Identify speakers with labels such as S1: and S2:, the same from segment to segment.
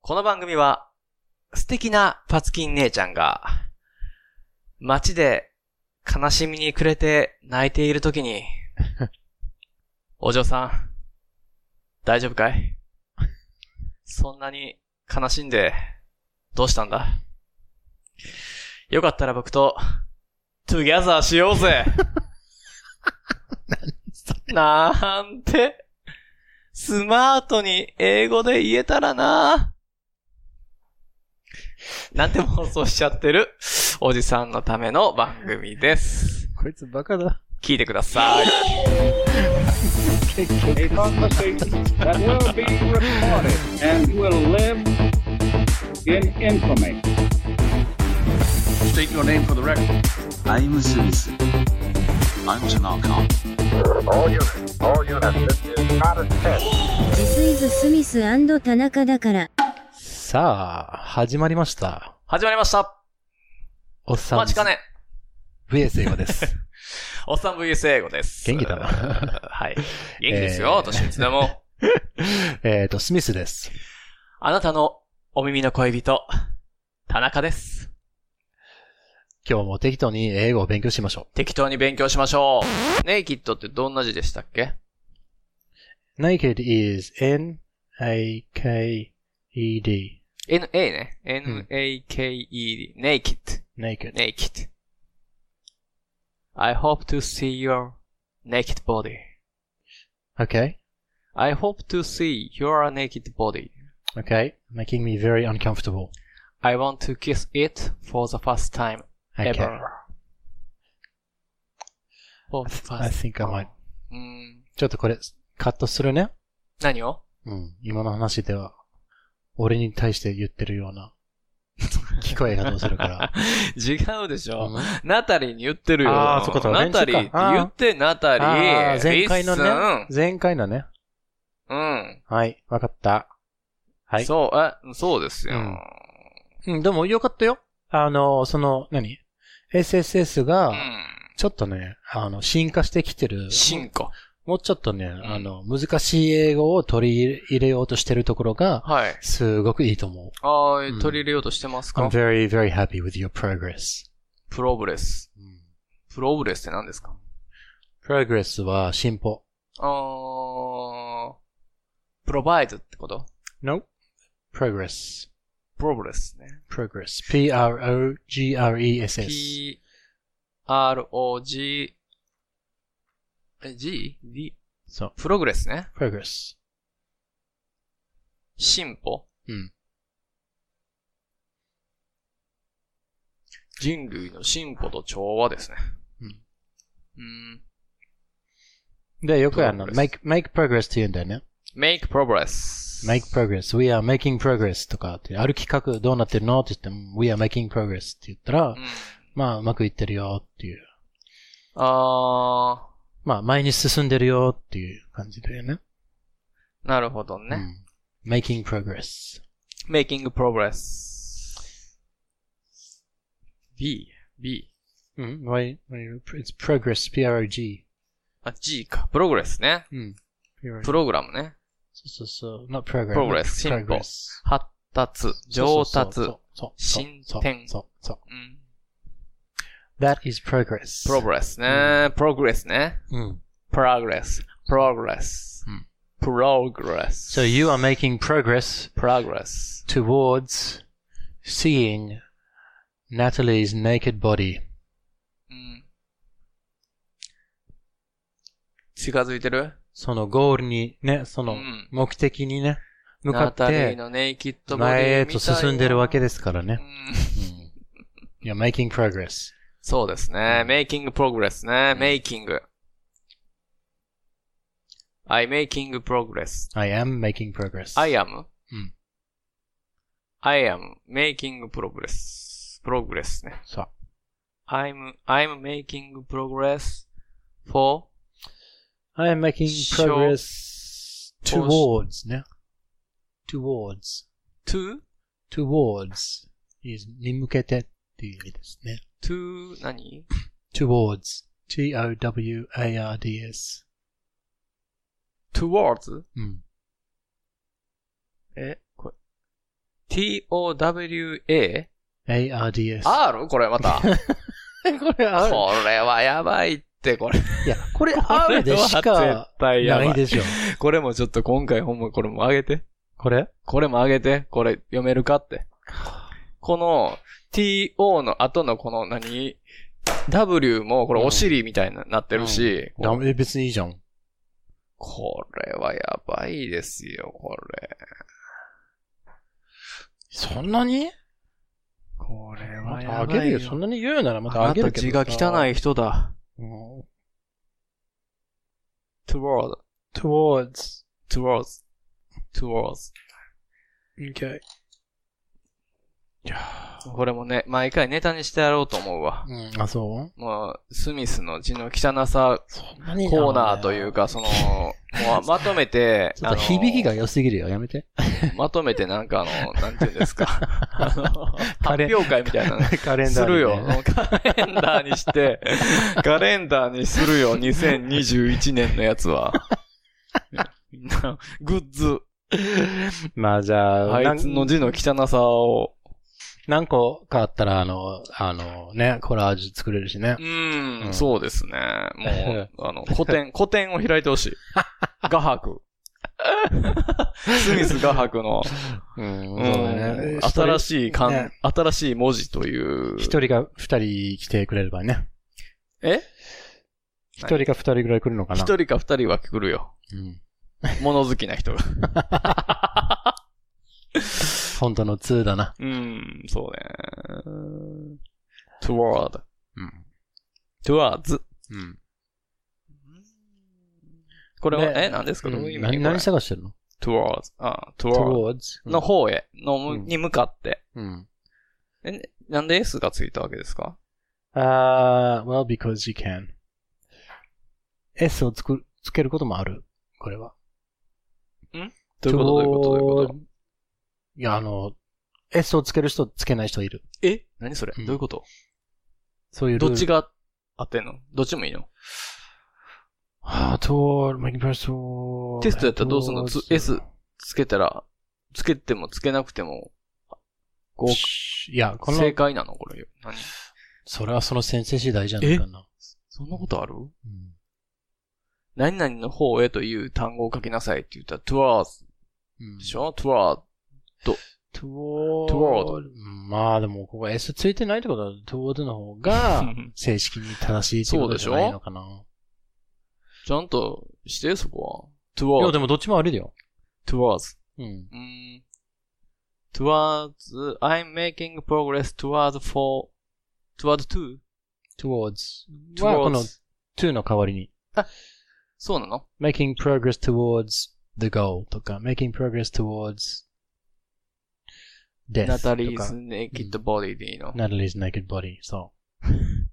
S1: この番組は、素敵なパツキン姉ちゃんが、街で悲しみに暮れて泣いている時に、 お嬢さん、大丈夫かいそんなに悲しんで、どうしたんだよかったら僕と、トゥギャザーしようぜなんて、スマートに英語で言えたらななんて妄想しちゃってる、おじさんのための番組です。
S2: こいつバカだ。
S1: 聞いてください。
S2: 結局
S3: a conversation that will be recorded and will live in infamy. State your name for the record.
S4: I'm a citizen. I'm Tanaka.
S5: All units, all units, this is not a test.
S6: ジスイズ・スミス田中だから。
S2: さあ、始まりました。
S1: 始まりました。
S2: おっさ
S1: お
S2: ん。
S1: 待ちか。ね。
S2: VS 英 語です。
S1: おっさん VS 英語です。
S2: 元気だな
S1: はい。元気ですよ、
S2: えー
S1: 私いつでも。
S2: えっと、スミスです。
S1: あなたのお耳の恋人、田中です。
S2: 今日も適当に英語を勉強しましょ
S1: 適当に勉強しましょう。ネイキッドってどんな字でしたっけ
S2: う。naked is n-a-k-e-d.
S1: ?na ね。
S2: うん
S1: n-a-k-e-d. naked.
S2: naked.
S1: naked. I hope to see your naked body.
S2: Okay?
S1: I hope to see your naked body.
S2: Okay? Making me very uncomfortable.
S1: I want to kiss it for the first time
S2: Okay.
S1: ever. For the first
S2: I think I might.
S1: うーん
S2: ちょっとこれ、カットするね。
S1: 何を
S2: うん。今の話では、俺に対して言ってるよう な、聞こえがどうするから。
S1: 違うでし
S2: う
S1: ょ。
S2: ん
S1: ナタリーに言ってるよ。
S2: あーそっかそっか
S1: ナタリーって言って、ナタリー。
S2: あー前回の
S1: リ
S2: ね。
S1: ッ
S2: 前回のね。
S1: スンうん。
S2: はい、わかった。はい
S1: そう、え、そうですよ。
S2: うんうん、でもよかったよ。あの、その、何 ?SSS
S1: う
S2: が、
S1: ん。
S2: ちょっとね、あの、進化してきてる。
S1: 進化。
S2: もうちょっとね、あの、難しい英語を取り入れようとしてるところが、
S1: はい。
S2: すごくいいと思
S1: ああ
S2: うん
S1: ー、取り入れようとしてます
S2: う。I'm
S1: か
S2: very, very happy with your progress.
S1: プログレス。プログレスって何ですか
S2: progress は進歩。
S1: あー、プロバイドってこと
S2: No? progress.
S1: プログレスね。
S2: progress. p-r-o-g-r-e-s-s.
S1: P, R, O, G, え G? D?
S2: そう。
S1: プログレスね。
S2: progress.
S1: 進歩
S2: うん。
S1: 人類の進歩と調和ですね。
S2: うん。
S1: うん。
S2: で、よくあの、
S1: progress
S2: make, make progress って言うんだよね。
S1: make progress.
S2: make progress, we are making progress とかって、ある企画どうなってるのって言っても、we are making progress って言ったら、
S1: うん。
S2: まあ、うまくいってるよっていう。
S1: あ
S2: まあ、前に進んでるよっていう感じだよね。
S1: ー、なるほどね。
S2: うん。making progress.
S1: making progress. B, B.
S2: うん。why, why- it's progress, prog.
S1: あ、G か。プログレスね。
S2: うん。prog
S1: プログラムね。
S2: そうそうそう。not progress.
S1: progress, 進歩
S2: progress.
S1: 発達、上達。
S2: そううそうそう
S1: 上達進展
S2: そうそうそ
S1: ん。
S2: う。that is progress.
S1: プログレスね。プログレスね。
S2: うん。
S1: progress, progress,
S2: うん
S1: progress.
S2: so you are making progress
S1: progress.
S2: towards seeing Natalie's naked body.
S1: うん。近づいてる
S2: そのゴールにね、その
S1: うん
S2: 目的にね、向か
S1: ナ
S2: っ
S1: タリー
S2: て
S1: のネイキッドボディ
S2: 前へと進んでるわけ
S1: で。
S2: ですから
S1: う
S2: ね。
S1: ん
S2: Mm. うん、You're making progress.
S1: そうですね。making progress ね。making. I making progress.
S2: I am making progress.
S1: I am.
S2: うん。
S1: I am making progress. progress ね。
S2: そう
S1: I'm, I'm making progress for
S2: I am making
S1: 小
S2: progress
S1: 小
S2: towards ね。towards.
S1: to,
S2: towards is に向けてっていう意味ですね。
S1: to, 何
S2: towards. t-o-w-a-r-d-s. Hmm.
S1: towards?
S2: うん。
S1: え、これ、 towa?
S2: ARDS。
S1: R? これま た。
S2: これ R。
S1: これはやばいって、これ。
S2: いや、これ R でし
S1: これは
S2: か
S1: 絶対やば
S2: ない
S1: い。
S2: でしょ。
S1: これもちょっと今回ほんまこれも上げて。
S2: これ
S1: これも上げて。これ読めるかって。この to の後のこの何 ?w もこれお尻みたいになってるし、
S2: ダメ、別にいいじゃん。
S1: これはやばいですよ、これ。
S2: そんなに
S1: これ
S2: またあげるよ。そんなに言うならまた
S1: あ
S2: あ
S1: な
S2: げ
S1: た
S2: るけ
S1: 字
S2: ど。
S1: が汚い。人だ。
S2: うん、
S1: toward,
S2: towards.
S1: towards, towards.
S2: Okay.
S1: これもね、毎回ネタにしてやろうと思うわ。
S2: うん、あ、そう
S1: もう、スミスの字の汚さ
S2: そんなに
S1: コーナーという。か、その、もうまとめて、
S2: ちょっと響きが良すぎるよ。やめて。
S1: あのまとめてなんかあの、なんていうんですか。あの
S2: カレ
S1: 発表会みたいなの
S2: カレ
S1: するよ。
S2: にね
S1: カレンダーにして、カレンダーにするよ、2021年のやつは。みんなグッズ。
S2: まあじゃあ、
S1: あいつの字の汚さを。
S2: 何個かあったら、あの、あのね、コラージュ作れるしね
S1: う。ん、
S2: うん
S1: そうですね。もう、あの、古典、古典を開いてほしい。画伯。スミス画伯の、
S2: うん、そううだね
S1: ん。新
S2: い。
S1: しい漢、
S2: ね
S1: 新しい文字という。
S2: 一人が二人来てくれればね。
S1: え
S2: 一人か二人ぐらい来るのかな
S1: 一人か二人は来る よ。
S2: うん。
S1: 物好きな人が。
S2: 本当の2だな。
S1: うん、そうね。toward,
S2: うん。
S1: towards.
S2: うん。
S1: これは、
S2: ね
S1: え、何ですかどういう意味
S2: 何、
S1: これ
S2: 何探してるの
S1: towards, あ、toward
S2: ?towards?
S1: の方へ、の、
S2: うん
S1: に向かって。
S2: うん。
S1: え、なんで S がついたわけですか
S2: あー、well, because you can. S をつく、つけることもある。これは。
S1: どういうことどういうことどういうこと
S2: toward- いや、あの、S をつける人、つけない人いる。
S1: え何それ
S2: う
S1: ど
S2: ん
S1: ういうこと
S2: そういうル
S1: ど
S2: ール
S1: っちが合ってんのどっちもいいの
S2: あー、toward, making person, toward-
S1: テストやったらどうすんのつ ?S つけたら、つけてもつけなくても、こう
S2: しいや、この
S1: 正、解なのこれ。何
S2: それはその先生次第じゃないかな。
S1: そんなことある
S2: うん
S1: 何々の方へという単語を書きなさいって言ったら、towards
S2: うん
S1: でしょ ?toward,
S2: toward,
S1: toward
S2: うんまあでも、ここ S ついてないってことは、toward の方が、正式に正しいってことじゃないのかな。
S1: ちゃんとして、そこは。
S2: いや、
S1: toward,
S2: でもどっちもあれだよ。
S1: towards.
S2: うん。
S1: うーん towards, I'm making progress towards for, towards to,
S2: towards は、この
S1: towards.
S2: to の代わりに、
S1: そうなの
S2: making progress towards the goal とか、making progress towards death とか。
S1: ナタリーズ naked body でいいの。
S2: Natalie's naked body, そう。うん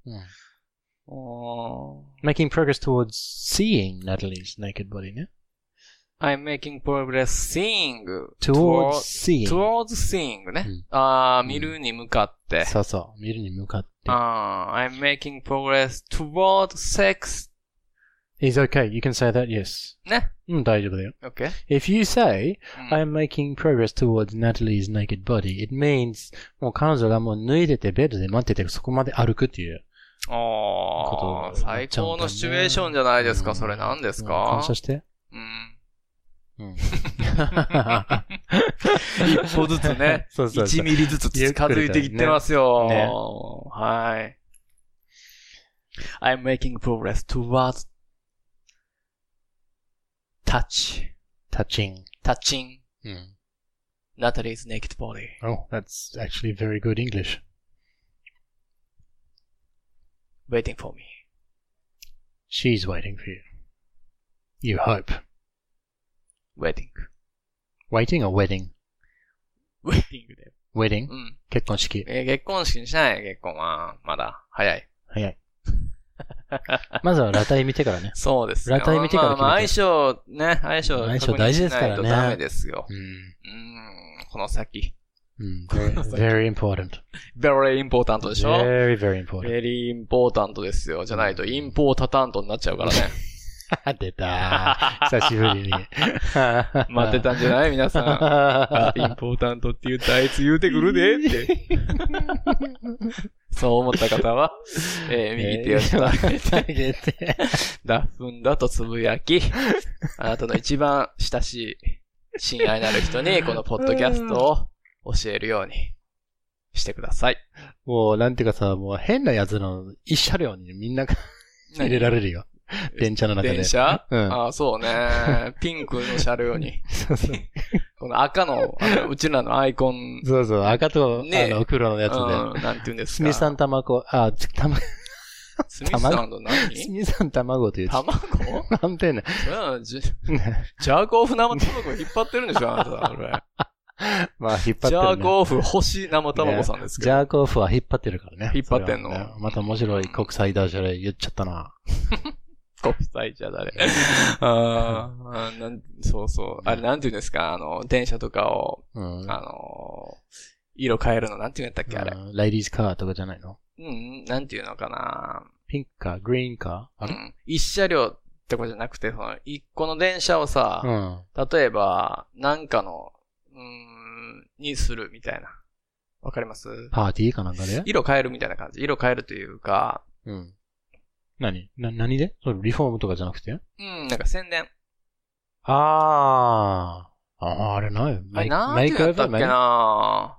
S1: あー
S2: Making progress towards seeing Natalie's naked body ね。
S1: I'm making progress seeing
S2: towards seeing.
S1: towards seeing ね。
S2: うん
S1: ああ、見るに向かって。
S2: そうそう。見るに向かって。
S1: ああ、I'm making progress towards sex.
S2: He's okay. You can say that, yes.
S1: ね。
S2: うん、大丈夫だよ。
S1: Okay.
S2: If you say,
S1: うん
S2: I'm making progress towards Natalie's naked body, it means, もう彼女がもう脱いでてベッドで待っててそこまで歩くっていう。
S1: ああ、
S2: ことになっ
S1: 最
S2: ちゃうんだ
S1: 高の
S2: ね
S1: シチュエーションじゃないです
S2: う
S1: か。
S2: ん
S1: それ何です
S2: うん
S1: か
S2: 感謝して。
S1: うん。
S2: うん。。
S1: 一歩ずつね
S2: そうそうそ
S1: 1
S2: う
S1: ミリずつ近づいていってますよ。はい。I'm making progress towards touch,
S2: touching.
S1: touching
S2: うん。
S1: Natalie's naked body.
S2: Oh, that's actually very good English.
S1: waiting for me.
S2: She's waiting for you. You hope.
S1: waiting.
S2: Waiting or wedding?
S1: waiting だよ。
S2: Wedding?
S1: うん。
S2: 結婚式。
S1: えー結婚式にしない、結婚は。まだ、早い。
S2: 早い。まずは裸体見てからね。
S1: そうです
S2: 裸体見てから決めて
S1: まあまあ、相性、ね、相性
S2: 相性大事ですからね
S1: 確認しないとダメですよ。
S2: うん。
S1: うーん、この先。
S2: うん。very important.
S1: very important でしょ
S2: very, very important.
S1: ?very important ですよ。じゃないと、インポータタントになっちゃうからね。
S2: 出た。久しぶ りに。
S1: 待ってたんじゃない皆さん。あインポータントって言ったあいつ言うてくるでって。 そう思った方は、えー右手を下に
S2: 下げて。
S1: だ、踏んだとつぶや き、あなたの一番親しい、親愛なる人に、このポッドキャストを教えるようにしてください。
S2: もう、なんていうかさ、もう変なやつの一車両にみんなが入れられるよ。電車の中で。
S1: 電車、
S2: うん
S1: ああ、そうね。ピンクの車両に。
S2: そうそう
S1: この赤の、あのうちらのアイコン、
S2: そうそう、赤と、
S1: ねえ
S2: あの、黒のやつで。
S1: うん、なんて言うんですか。
S2: スミさん卵、あ、ちたま、
S1: スミスさんの
S2: ス
S1: 何
S2: ミさん卵という。
S1: 卵そ
S2: なんてね。
S1: れなのジジャーコーフ生卵引っ張ってるんでしょあなた、 それ。
S2: まあ、引っ張って
S1: ジ
S2: る、ね。
S1: ャーコーフ星生卵さんですけ
S2: ジ
S1: ど。
S2: ャーコーフは引っ張ってるからね。
S1: 引っ張ってんの
S2: それはねまた面白い国際ダジャレ言っちゃったな。
S1: 国際じゃ誰。あーあーなん、そうそう。あれ、なんて言うんですかあの、電車とかを、
S2: うん。
S1: あのー色変えるの、なんて言うんやったっけあれ。
S2: うんライディースカーとかじゃないの
S1: うん、なんて言うのかな
S2: ピンクか、グリーンかあ
S1: う
S2: れ
S1: ん。一車両ってことじゃなくて、その、一個の電車をさ、
S2: うん。
S1: 例えば、なんかの、うーん、にするみたいな。わかります
S2: パーティーかなんかで
S1: 色変えるみたいな感じ。色変えるというか、
S2: うん。何な、何でそれリフォームとかじゃなくて
S1: うん、なんか宣伝。
S2: あー。あー、あれない
S1: あれ、なん
S2: メ
S1: て言
S2: イク
S1: うん
S2: オ
S1: や
S2: ー
S1: った
S2: バ
S1: っ
S2: ー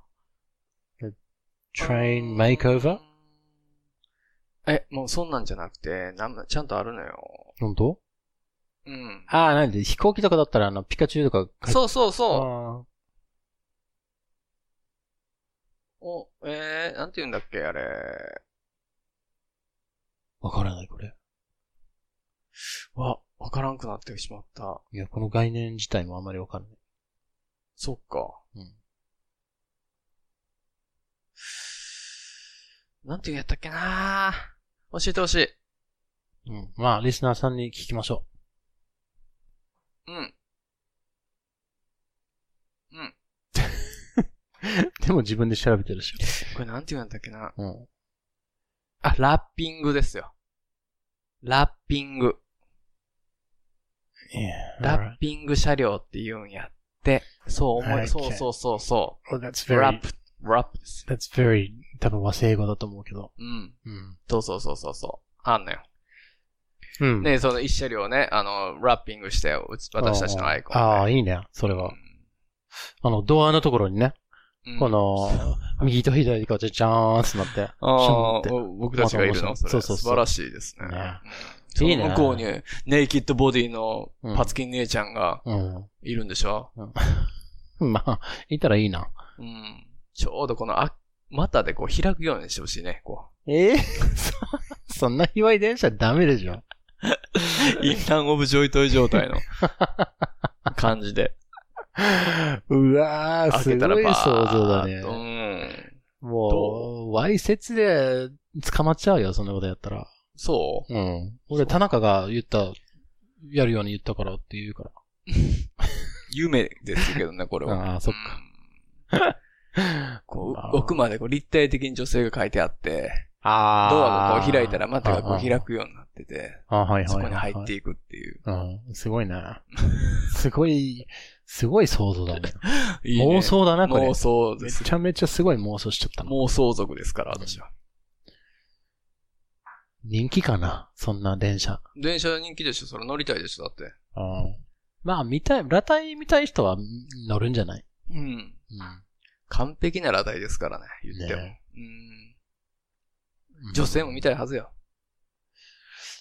S1: け
S2: メイク
S1: な
S2: トレインメイクオーバー
S1: え、もうそんなんじゃなくて、なんちゃんとあるのよ。
S2: 本当
S1: うん。
S2: あー、なんで飛行機とかだったらあの、ピカチュウとかう
S1: そうそうそう。
S2: あ
S1: お、えー、なんて言うんだっけ、あれ。
S2: ーわからない、これ。
S1: わ、わからんくなってしまった。
S2: いや、この概念自体もあんまりわかんない。
S1: そっか。
S2: うん
S1: なんて言うんやったっけな教えてほしい。
S2: うん。まあ、リスナーさんに聞きましょ
S1: うん。
S2: う。でも自分で調べてるし。
S1: これなんて言うんだっけな
S2: うん。
S1: あ、ラッピングですよ。ラッピング。ラッピング車両って言うんやって。そう思い、
S2: Okay.
S1: そうそうそうそ
S2: Well, that's
S1: う。ラッ
S2: very,
S1: プ、ラップですよ。
S2: that's very, 多分和製語だと思うけど。
S1: うん。
S2: うん。
S1: そうそうそうそうそう。あんのよ。
S2: うん。
S1: ねその一車両ね、あの、ラッピングして、うち、私たちのアイコン。
S2: ああ、
S1: い。
S2: いいね。それは。あの、ドアのところにね、
S1: うん
S2: こ、の、右と左がじゃじゃーんってなって、シ
S1: あ
S2: ュン
S1: あ
S2: っ、て。
S1: お僕たちがいるの、
S2: また面白い
S1: それ。
S2: そうそうそう
S1: 素晴らしいですね。
S2: ね
S1: そ
S2: いい
S1: の
S2: ね
S1: 向こうに、ネイキッドボディのパツキン姉ちゃんが
S2: う
S1: いるんでしょ、
S2: ん。まあ、いたらいいな。
S1: うん、ちょうどこのあ、股でこう開くようにしてほしいね、こ
S2: ええ そんな卑猥電車ダメでしょ。
S1: う。インターンオブジョイトイ状態の感じで。
S2: うわー、
S1: 開
S2: す
S1: けたら
S2: ご
S1: ば
S2: い想像だ
S1: ーっと
S2: ね。もう、わいせつで捕まっちゃうよ、そんなことやったら。
S1: うん。そう
S2: うん。俺、田中が言った、やるように言ったからって言うから。
S1: 夢ですけどね、これは。
S2: ああ、そっか。
S1: うん。こ
S2: まあ
S1: う、奥までこう立体的に女性が書いてあって、
S2: あ
S1: ドアがこう開いたら股がこう開
S2: く。
S1: くようになってて、
S2: あはいはいはいはい。
S1: そこに入っていくっていう。
S2: うん、すごいな。すごい、すごい想像だね。
S1: いいね
S2: 妄想だな、これ
S1: 妄。想
S2: め
S1: です。
S2: ちゃめちゃすごい妄想しちゃったな。
S1: 妄想族ですから、私は。
S2: 人気かなそんな電車。
S1: 電車人気でしょそれ乗りたいでしょだって。
S2: うん。まあ、見たい、裸体見たい人は乗るんじゃない
S1: うん。
S2: う
S1: 完璧な裸体ですからね、言っても。
S2: ね
S1: うん
S2: ん。
S1: 女性も見たいはずよ。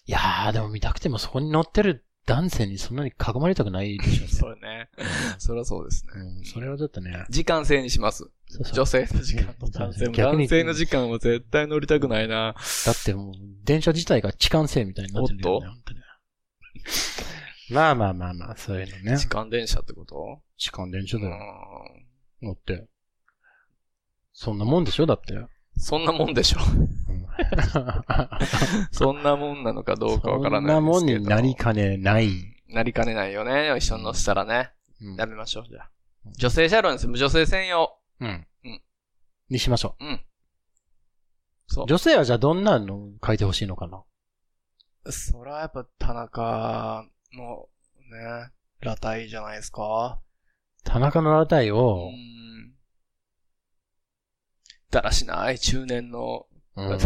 S2: いやー、でも見たくてもそこに乗ってる男性にそんなに囲まれたくないでしょうね。
S1: それね。そりゃそうですね。
S2: うん、それはちょっとね。
S1: 時間制にします。
S2: そうそう
S1: 女性の時間と男性も。
S2: 逆に
S1: 男性の時間は絶対乗りたくないな。
S2: だってもう、電車自体が痴漢性みたいになってるよね。
S1: お
S2: 本当にまあまあまあまあ、そういうのね
S1: 時。間電車ってこと
S2: 痴漢電車
S1: う
S2: だよ。
S1: ん。
S2: 乗って。そんなもんでしょだって。
S1: そんなもんで しょ。そんなもんなのかどうかわから
S2: そん
S1: ない
S2: な
S1: で
S2: も
S1: す
S2: ん
S1: けど。
S2: になりかねない。
S1: なりかねないよね。一緒に乗せたらね。
S2: うん
S1: やめましょう、じゃあ。女性車両にする女性専用。
S2: うん
S1: うん。
S2: にしましょ。
S1: うん。そうう。
S2: 女性はじゃあどんなの書いてほしいのかな
S1: そらやっぱ田中のね、裸体じゃないですか。
S2: 田中の裸体
S1: う
S2: を、
S1: ん。だらしない中年 の、
S2: うんん。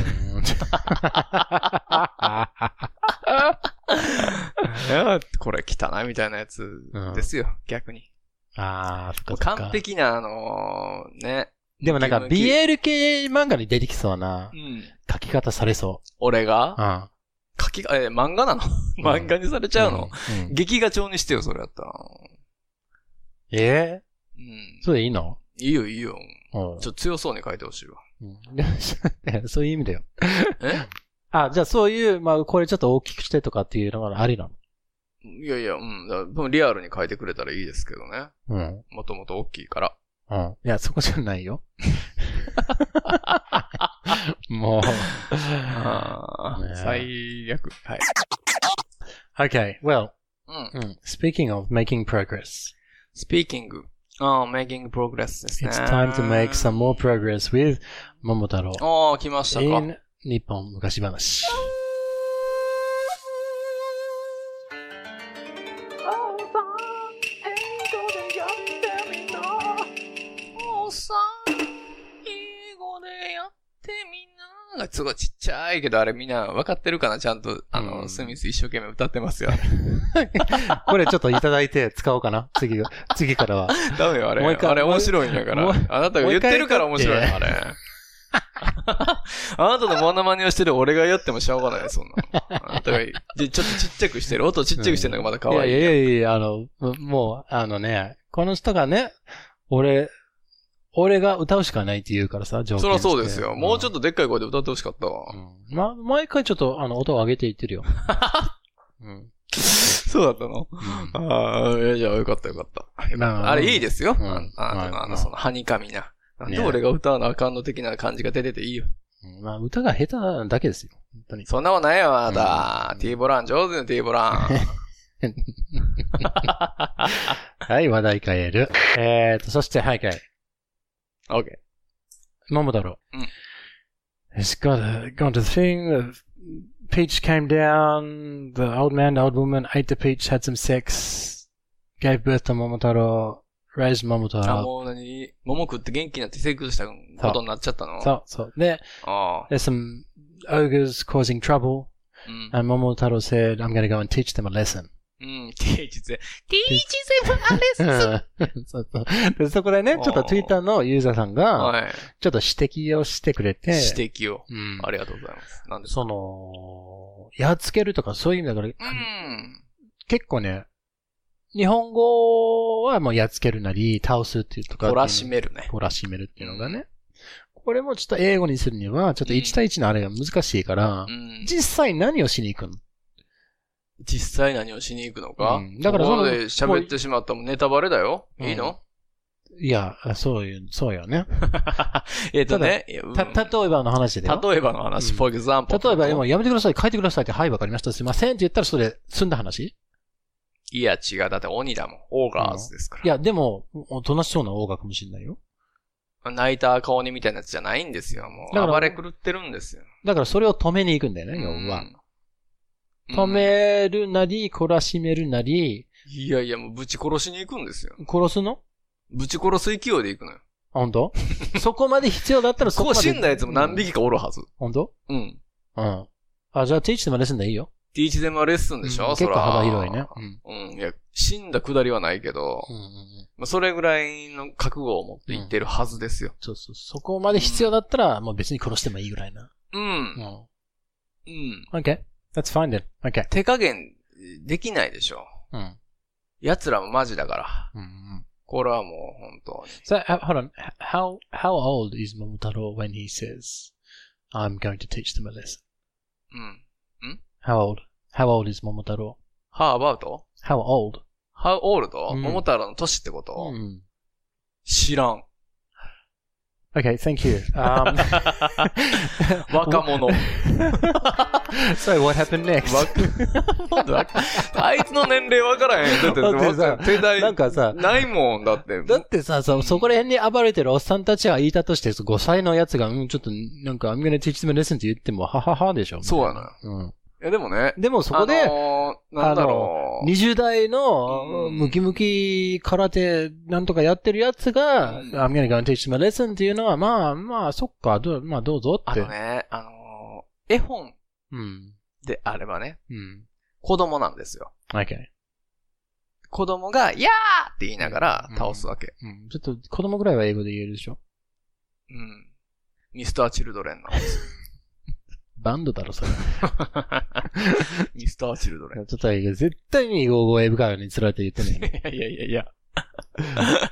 S2: あ
S1: ねこれ汚いみたいなやつですよ、逆に。
S2: あ、そっかそっか。
S1: 完璧な、あのーね。
S2: でもなんか
S1: ムキムキ
S2: BL 系漫画に出てきそうな
S1: うん。
S2: 書き方されそ
S1: 俺
S2: う。
S1: が
S2: あ
S1: 書き、え、漫画なの
S2: ん
S1: 漫画にされちゃうの、
S2: うん
S1: 劇画調にしてよ、それやったら。
S2: え
S1: うん
S2: ー。それでいいの
S1: いいよ、いいよ。
S2: うん
S1: ちょっと強そうに書いてほしいわ。
S2: うん そういう意味だよ。
S1: え
S2: あ、じゃあそういう、まあ、これちょっと大きくしてとかっていうのがありなの
S1: いやいや、うん。だでもリアルに書いてくれたらいいですけどね。
S2: うん。
S1: もともと大きいから。
S2: うん。いや、そこじゃないよ。 もう。
S1: あ
S2: ねえ
S1: あ、最悪。はい。
S2: Okay, well,
S1: うん。
S2: mm, speaking of making progress,
S1: Speaking. ああ、making progress ですね。
S2: it's time to make some more progress with Momotaro
S1: ああ、来ましたか。
S2: in Nippon 昔話。
S1: 英語でやってみな。すごいちっちゃいけど、あれみんな分かってるかなちゃんと、あの、
S2: うん
S1: スミス一生懸命歌ってます よ。
S2: これちょっといただいて使おうかな。次、次からは。
S1: ダメよ、あれ。
S2: もう一回
S1: あれ面白いんだから
S2: もう。
S1: あなたが言ってるから
S2: も
S1: 面
S2: う一
S1: 白
S2: 回
S1: いの、あれ。 あなたのモノマネをしてる俺がやってもしょうがない、そんなの。あなたが、でちょっとちっちゃくしてる。音ちっちゃくしてるのがまだ可愛い。
S2: いやいやいや、あの、ももう、あのね、この人がね、俺、俺が歌うしかないって言うからさ、条件
S1: そりゃそうですよ。もうちょっと
S2: と
S1: でっかい声で歌ってほしかったわ。
S2: うんま、毎回ちょっと、あの、音を上げていってるよ。うん。
S1: そうだったのああ、いやじゃあよかったよかった。
S2: まあまあ
S1: あれいいですよ。
S2: うん
S1: ああ
S2: まあ
S1: あの、あ
S2: ま
S1: の
S2: あ
S1: その、はにかみな。なんで
S2: ね
S1: 俺が歌わなあかんの的な感じが出てていいよ。
S2: うんまあ、歌が下手なだけですよ。本当に。
S1: そんなもんないよ、あなた。
S2: うん
S1: T ボラン、上手よ、T ボラ ン。
S2: はい、話題変える。えーと、そして、はい、はい。
S1: オッケ
S2: 桃太郎。
S1: う
S2: It's got, a, got a thing, the peach came down, the old man, the old woman ate the peach, had some sex, gave birth to Momotaro, raised
S1: ー。あ、
S2: Momotaro.
S1: もう何桃食って元気になってセックスしたことになっちゃったの
S2: そう、そう。で、
S1: ああ。
S2: there's some ogres causing trouble,
S1: うん。
S2: and Momotaro said, I'm gonna go and teach them a lesson.
S1: うん、ティーチゼ。ティーチゼブ
S2: う
S1: アレス。
S2: んそうそう でそこでね、ちょっと
S1: おー
S2: Twitter のユーザーさんが、
S1: はい。
S2: ちょっと指摘をしてくれて、
S1: 指摘を。
S2: うん
S1: ありがとうございます。なんですか
S2: その、やっつけるとかそういう意味だから、
S1: うん。
S2: 結構ね、日本語はもうやっつけるなり、倒すっていうとかっていうの。
S1: 懲らしめるね。
S2: 懲らしめるっていうのがね。これもちょっと英語にするには、ちょっと1対1のあれが難しいから
S1: う、ん。
S2: 実際何をしに行くの
S1: 実際何をしに行くのか、
S2: うんだから
S1: そ
S2: その
S1: こで喋ってしまったもんネタバレだよ。いいの、
S2: いや、そういう、そうよね。
S1: えっとね、いやうん
S2: た、例えばの話でよ。
S1: 例えばの話、
S2: うん
S1: for example.
S2: 例えば、もうやめてください、書いてくださいって、はい、わかりました、すいませんって言ったら、それ、済んだ話
S1: いや、違う。だって鬼だもん。オーガーズですから。
S2: いや、でも、おとなしそうなオーガかもしれないよ。
S1: 泣いた顔鬼みたいなやつじゃないんですよ。も
S2: だ
S1: う、
S2: から
S1: 暴れ狂ってるんですよ。
S2: だから、それを止めに行くんだよね、要は。止めるなり、懲らしめるなり、
S1: うんいやいや、もうぶち殺しに行くんですよ。
S2: 殺すの
S1: ぶち殺す勢いで行くのよ。
S2: 本当そこまで必要だったらそ
S1: こ
S2: こま
S1: う
S2: で。
S1: 死んだやつも何匹かおるはず。
S2: 本当
S1: うん。
S2: うん。あ、じゃあ、ティーチでもレッスンでいいよ。
S1: ティーチゼムはレッスンでしょ、
S2: うん
S1: そ
S2: 結
S1: ら
S2: 構幅広いね。。うん。
S1: うん。いや、死んだくだりはないけど、
S2: うんうんうん
S1: まあ、それぐらいの覚悟を持って行ってるはずですよ。
S2: そうそう。そこまで必要だったら、もう別に殺してもいいぐらいな。
S1: う。
S2: うんん。
S1: うん。
S2: Okay. That's fine then. Okay.
S1: 手加減できないでしょ。
S2: うん。
S1: 奴らもマジだから。
S2: うんうん。
S1: これはもう本当
S2: So, h- hold on. H- How, how old is Momotaro when he says, I'm going to teach them a lesson?
S1: に。うん。
S2: How old? How old is Momotaro?
S1: How about?
S2: How old?
S1: How old?
S2: うん
S1: 桃太郎の歳ってこと、
S2: Mm.
S1: 知らん。
S2: Okay, thank you. Um,
S1: 若者。わ
S2: so what happened next?
S1: あいつの年齢わからへん。だって、
S2: だってさ
S1: わか世代
S2: なんかさ
S1: ないもん。だって。
S2: だってさ、そ、そこら辺に暴れてるおっさんたちは言いたとして、5歳のやつが、うん、ちょっと、なんか、I'm gonna teach them a lesson って言っても、はははでしょ。
S1: そうやな。
S2: うん。
S1: いや、でもね、
S2: でもそこで、
S1: あのーなんだろう。
S2: 20代の
S1: うん
S2: ムキムキ空手なんとかやってるやつが、
S1: うん
S2: I'm gonna go and teach my lesson っていうのは、まあまあ、そっか、どうまあどうぞっ
S1: あ
S2: て。
S1: のね、あのー絵本
S2: うん。
S1: であればね、
S2: うん。
S1: 子供なんですよ。
S2: OK。
S1: 子供が、やーって言いながら倒すわけ。
S2: うん。ちょっと子供ぐらいは英語で言えるでしょ
S1: うん。ミスター・チルドレンなんですよ。
S2: バンドだろ、それ。
S1: ミスター・チルドレン。
S2: ちょっと絶対に英語を英語会につられて言ってね。
S1: いやいやいやいや。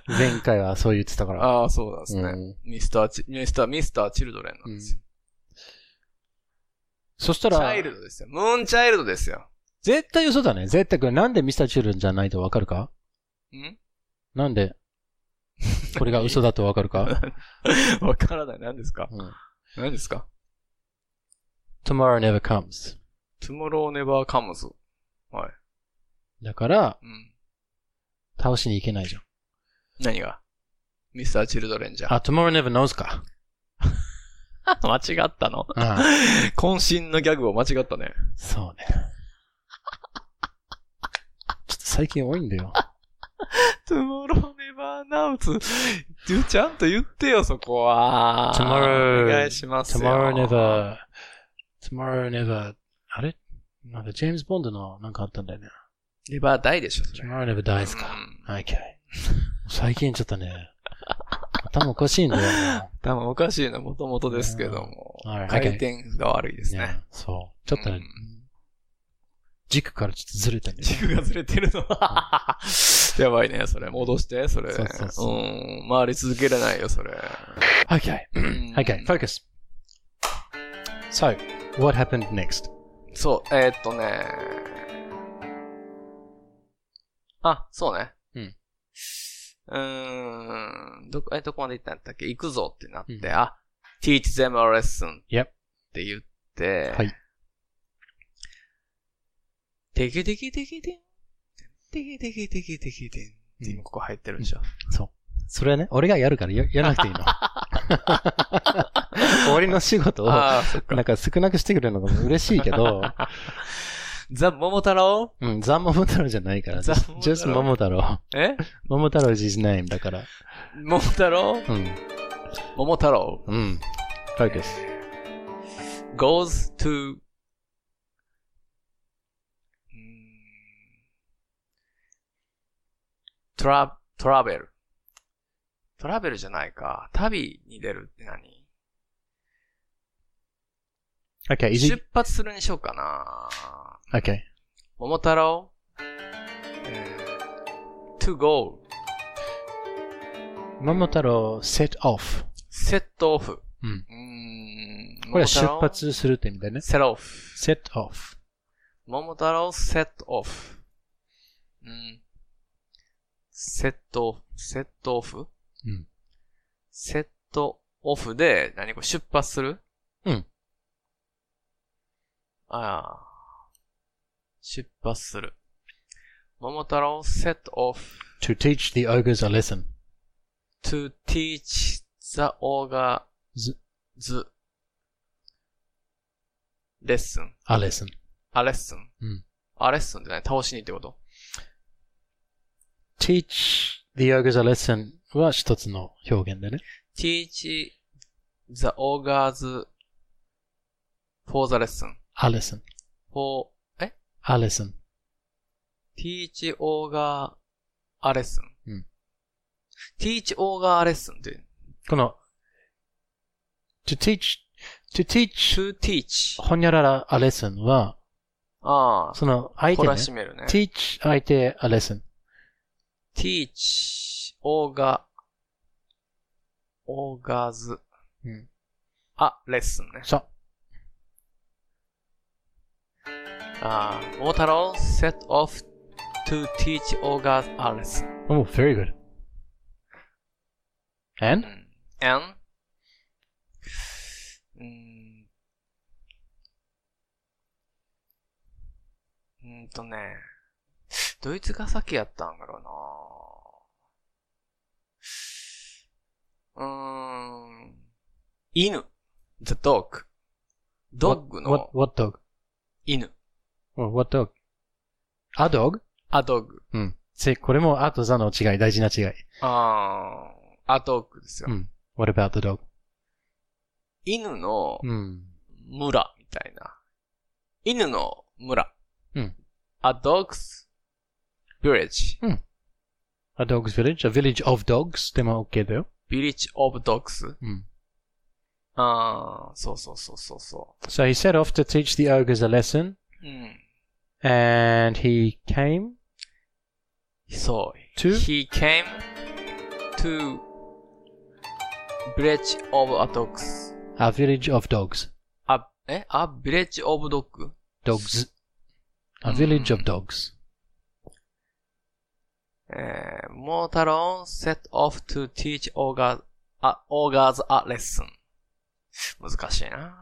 S2: 前回はそう言ってたから。
S1: ああ、そうなんですね。
S2: うん
S1: ミスターチ、ミスター、ミスター・チルドレンなんですよ。
S2: そした
S1: チ
S2: ら、
S1: ャイルドですよ。ムーンチャイルドですよ。
S2: 絶対嘘だね。絶対これなんでミスターチュールンじゃないとわかるか
S1: ん
S2: なんで、これが嘘だとわか るか、
S1: わからない。何ですか
S2: うん、
S1: 何ですか
S2: ?tomorrow never comes.
S1: ?tomorrow never comes. はい。
S2: だから、
S1: うん。
S2: 倒しに行けないじゃん。
S1: 何がミスター・チルドレンじゃん。
S2: あ、tomorrow never knows か。
S1: 間違ったの
S2: ああ
S1: 渾身のギャグを間違ったね。
S2: そ うね。ちょっと最近多いんだよ。
S1: tomorrow never knows. 言うちゃんと言ってよ、そこは。
S2: Tomorrow-
S1: お願いしますよ。
S2: tomorrow never, tomorrow never, あれなんかジェームズ・ボンドのなんかあったんだよね。
S1: never die でしょ、それ。
S2: tomorrow never dies か。OK。最近ちょっとね、 頭おかしいんだよね。
S1: 多分おかしいのはもともとですけども
S2: うんはい、
S1: 回転が悪いですね。
S2: ねそう。ちょっとね、
S1: うん
S2: 軸からちょっとずれてる。
S1: 軸がずれてるの は、やばいね、それ。戻して、それ。
S2: そうそうそ
S1: うん、回り続けれないよ、それ。
S2: Okay.
S1: うん
S2: Okay, focus. So, what happened next?
S1: そう、えーっとね。あ、そうね。
S2: うん。
S1: うーん、どこ、え、どこまで行ったんだっけ行くぞってなって、
S2: うん
S1: あ、teach them a lesson.
S2: Yep.
S1: って言って、
S2: はい。
S1: てけてけてけてん。てけてけてけてけてん。って今ここ入ってるでし ょ。
S2: それはね、俺がやるからややらな くていいの。俺の仕事を、な
S1: ああ、そっか
S2: ん。か少なくしてくれるのが嬉しいけど、
S1: ザ・桃太郎
S2: うん、ザ・モモ太郎じゃないから、
S1: ザ
S2: just, just モモ太郎。
S1: え
S2: モモ太郎 is his name だから。
S1: 桃太郎
S2: うん、
S1: 桃太郎
S2: うん。focus.
S1: goes to うーん tra, travel. トラベルじゃないか。旅に出るって何
S2: Okay, is it?
S1: 出発するにしようかな。
S2: Okay.
S1: 桃太郎、えー、to go,
S2: モモ太郎 set off.
S1: セットオフ。
S2: うん
S1: うーん。
S2: これ
S1: 桃太
S2: は出
S1: 郎。
S2: 発するって意味だよね。
S1: セットオフ。
S2: set off.
S1: 桃太郎、セットオフ。うん。セットオフ、セットオフ
S2: うん。
S1: セットオフで、何これ出発する
S2: うん。
S1: ああ。出発する。桃太郎、セットオフ。
S2: to teach the ogres a lesson.
S1: to teach the ogre
S2: Z-
S1: the lesson,
S2: a lesson.
S1: a lesson.
S2: うん。
S1: a lesson って何倒しにってこと
S2: teach the ogres a lesson は一つの表現でね。
S1: teach the ogres for the lesson.
S2: a lesson.
S1: for, え
S2: a lesson.
S1: teach ogre a lesson.
S2: うん。
S1: teach ogre a lesson って、
S2: この、to teach, to
S1: to
S2: teach,
S1: teach.
S2: ほにゃらら a lesson は、
S1: ああ、
S2: その相手
S1: 懲
S2: ね
S1: ら。しめるね。
S2: teach 相手 a lesson.
S1: teach, ogre, ogres,
S2: うん。
S1: あ、レッスンね。
S2: そう。
S1: あー、桃太郎 set off to teach ogres a lesson.
S2: Oh, very good.
S1: う
S2: And?
S1: ん And? うーんうーんとね、ドイツが先やったんだろうなうーん。犬。the dog. ドッグ
S2: What,
S1: の
S2: what, what dog?
S1: 犬。
S2: Well, what dog? A dog?
S1: アドグ。
S2: See, これも a と the の違い、大事な違い。
S1: あー、アドグですよ。
S2: うん What about the dog?
S1: 犬の
S2: うん。
S1: 村みたいな。犬の村。
S2: うん。
S1: A dog's village.
S2: A dog's village? A village of dogs? でも OK だよ。
S1: village of dogs.
S2: うん。
S1: あー、そうそうそうそうそ
S2: So he set off to teach the ogres a lesson,
S1: う。うん。
S2: and he came.
S1: そう。
S2: To?
S1: He came to village of a dogs.
S2: A village of dogs.
S1: A, え ?A village of dog?
S2: Dogs. A village of dogs.
S1: えー、モータロン set off to teach ogres a, ogres a lesson. 難しいな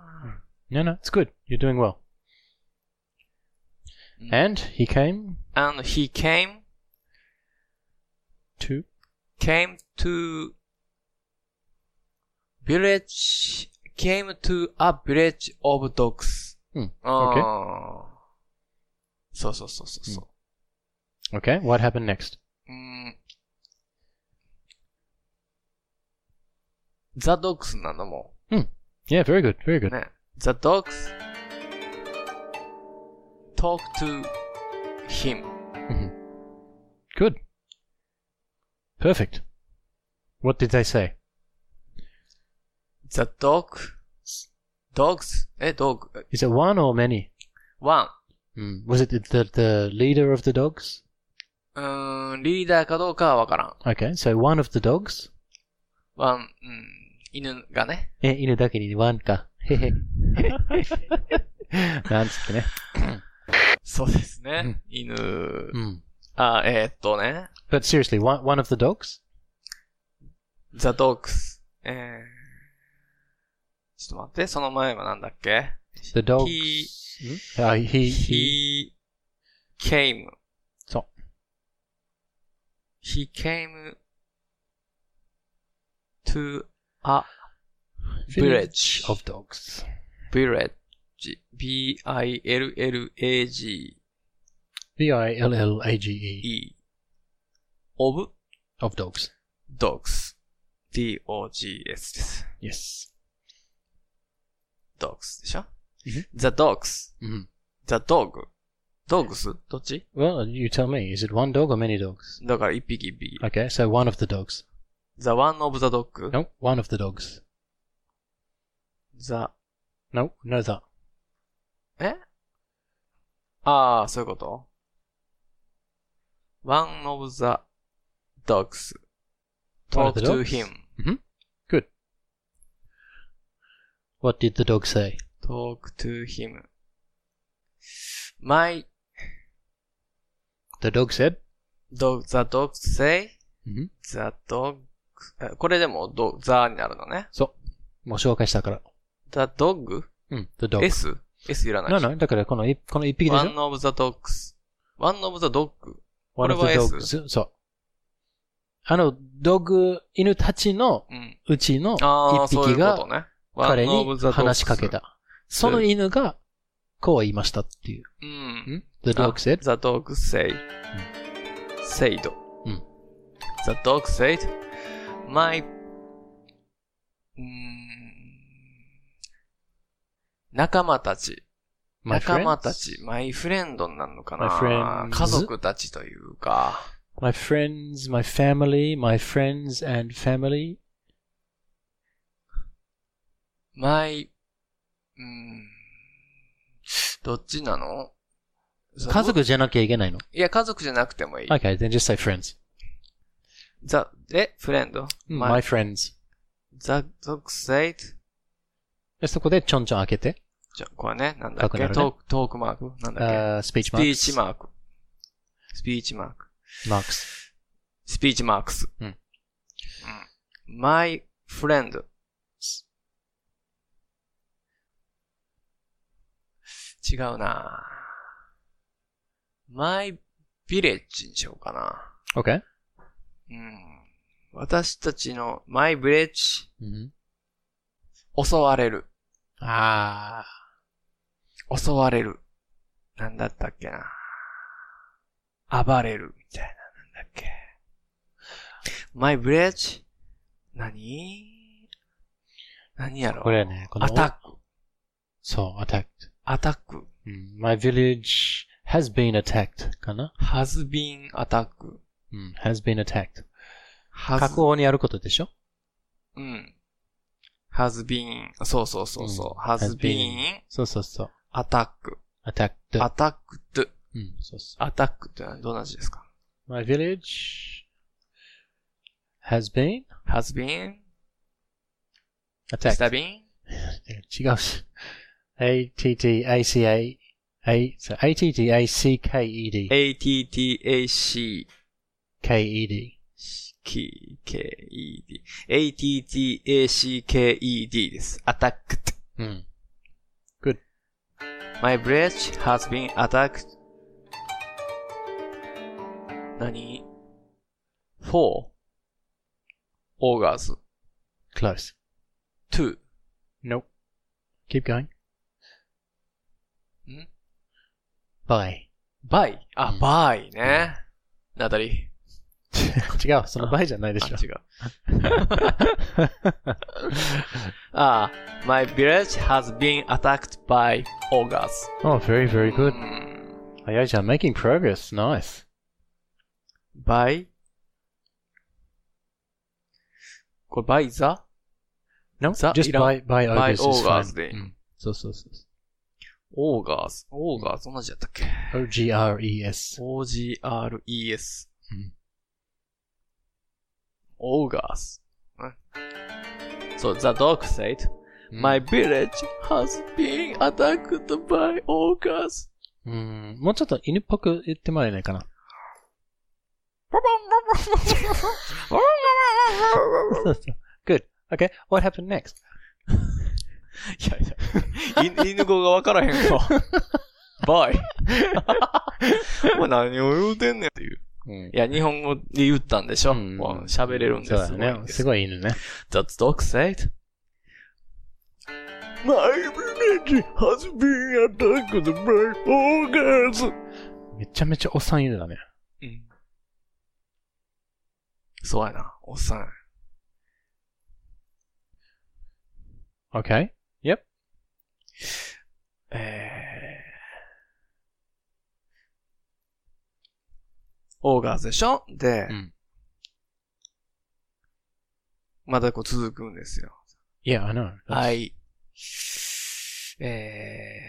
S2: No, no, it's good. You're doing well.
S1: Mm.
S2: And he came
S1: And he came,
S2: to
S1: came to village, came to a village of dogs.
S2: うん
S1: あー
S2: OK
S1: そうそうそうそうそう。
S2: Okay, what happened next?
S1: うーん The dogs なのも
S2: Yeah, very good, very good.
S1: ね。The dogs talk to him.
S2: Good. Perfect. What did they say?
S1: The dog, dogs, え、dog,
S2: Is it one or many?
S1: one.
S2: Mm. Was it the, the the leader of the dogs?
S1: うーん、リーダーかどうかはわからん。
S2: Okay, so one of the dogs.
S1: ワン、うん、犬がね。
S2: Eh, 犬だけにワンか。へへ。なんつってね。
S1: そうですね。犬。
S2: Hmm.
S1: あ、えーっとね。
S2: But seriously, one, one of the dogs?
S1: The dogs. えー、ちょっと待って、その前はなんだっけ
S2: The dogs.
S1: He-
S2: Hmm? Ah, he, he,
S1: He came.。
S2: そう
S1: He came to a village
S2: of dogs.
S1: village. B-I-L-L-A-G-E.
S2: V I L L A G E.
S1: of
S2: Of dogs.
S1: dogs. D-O-G-S です。
S2: Yes.
S1: dogs でしょ
S2: うん
S1: ?the dogs.
S2: Mhm.
S1: the dog. dogs? どっち
S2: Well, you tell me, is it one dog or many dogs?
S1: だから一匹一匹。
S2: Okay, so one of the dogs.
S1: the one of the dog.
S2: No, one of the dogs.
S1: the,
S2: No, no, that.
S1: えああ、そういうこと ?one of the dogs talk
S2: One of the
S1: to
S2: dogs?
S1: him.
S2: What did the dog say?
S1: talk to him. My
S2: The dog said,
S1: dog, the dog say,
S2: うん
S1: the dog, えこれでもド the になるのね。
S2: もう紹介したから。
S1: the dog?
S2: うん、the dog.
S1: S? S いらない。
S2: No, no, だからこの一、この一匹でしょ
S1: one of the dogs. one of the dog.
S2: one of the
S1: これはS
S2: dogs. そう。あの、ドグ、犬たちのうちの
S1: うん。
S2: 一
S1: ああ、そうい
S2: 匹
S1: うこ
S2: が
S1: とね。
S2: 彼
S1: one of
S2: に
S1: the dogs
S2: 話しかけ。た。その犬がこう言いましたっていう。
S1: うん。
S2: The dog said,
S1: The dog said. Said.
S2: うん
S1: The dog said. My. うーん仲間たち。
S2: my
S1: 仲間た
S2: friends,
S1: ち。マイフレンドになるのか
S2: My
S1: な
S2: friends
S1: 家族たちというか。
S2: my friends, my family, my friends and family,
S1: マイ、うーんどっちなの
S2: 家族じゃなきゃいけないの。
S1: いや、家族じゃなくてもいい。
S2: Okay, then just say friends.
S1: The, え、フレンド
S2: My friends.
S1: The dog said.
S2: でそこでちょんちょん開けて、
S1: じゃ、これね、なんだっけ、
S2: 書くならね
S1: トーク、トークマークなんだっけ
S2: あースピーチ
S1: ス
S2: マー
S1: ピ
S2: ク
S1: ーチマーク。スピーチマーク。
S2: ス。マークス。
S1: スピーチマークス。
S2: うん。
S1: my friend. 違うな my village にしようかな。
S2: Okay.
S1: うん。私たちの my village
S2: うん
S1: 襲われる。
S2: ああ。
S1: 襲われる。なんだったっけな。暴れる、みたいな、なんだっけ。my village? 何何やろ
S2: これね、この、
S1: アタック、
S2: そう、アタック。
S1: アタック、
S2: うん、my village has been attacked かな
S1: has been attack,
S2: うん、has been attacked.
S1: has,
S2: 過去にやることでしょ
S1: うん。has been, そうそうそうそう、
S2: うん
S1: has
S2: has
S1: been
S2: そうそうそう。
S1: attack,
S2: attacked.
S1: attacked,
S2: うん、そうそう。
S1: attack ってのはどんな字ですか
S2: my village has been
S1: ?has been,
S2: attacked.
S1: stabbing,
S2: 違 うし。attacka, a, E so attacked,
S1: attach,
S2: ked.
S1: k-e-d, a-t-t-a-c-k-e-d です。attacked.
S2: うん。
S1: My bridge has been attacked. 何 ?for, augurs,
S2: close.
S1: to,
S2: Nope. Keep going.
S1: Hmm?
S2: By.
S1: by. あ、
S2: うん
S1: by ね。ナタリ
S2: 違う、その倍じゃないで
S1: ー。
S2: しょ
S1: あ、。違う。 あ、My village has been attacked by augurs.
S2: oh, very, very good.
S1: うん
S2: Ayaja, making progress. Nice.
S1: by これ by the?
S2: No,
S1: Za-
S2: just
S1: you know,
S2: by, by
S1: by
S2: ogres is fine.
S1: ogres で
S2: Mm. So, so, so. so.
S1: augurs. augurs 同じだったっけ
S2: O-G-R-E-S.
S1: ?O-G-R-E-S
S2: うん。
S1: augurs. うんそう、the dog said,
S2: Mm.
S1: my village has been attacked by augurs.
S2: うん、Hmm. もうちょっと犬っぽく言ってもらえな い かな。Good. Okay. What happened next?
S1: いやいや、い 犬語がわからへんわ。バイ。お前何を言うてんねんっていう。
S2: う
S1: い
S2: ん
S1: や、日本語で言ったんでしょ。
S2: うん
S1: もう喋、れるんです
S2: Hmm. そうだね。す
S1: い
S2: ごい犬ね。
S1: です。That's dog said. My village has been attacked by ogres.
S2: めちゃめちゃおっさん犬だね。
S1: うん。そうやな、おっさん。
S2: Okay.
S1: えー、オーガーズでしょで、
S2: うん
S1: まだこう続くんですよ。
S2: Yeah, I know.
S1: はい。え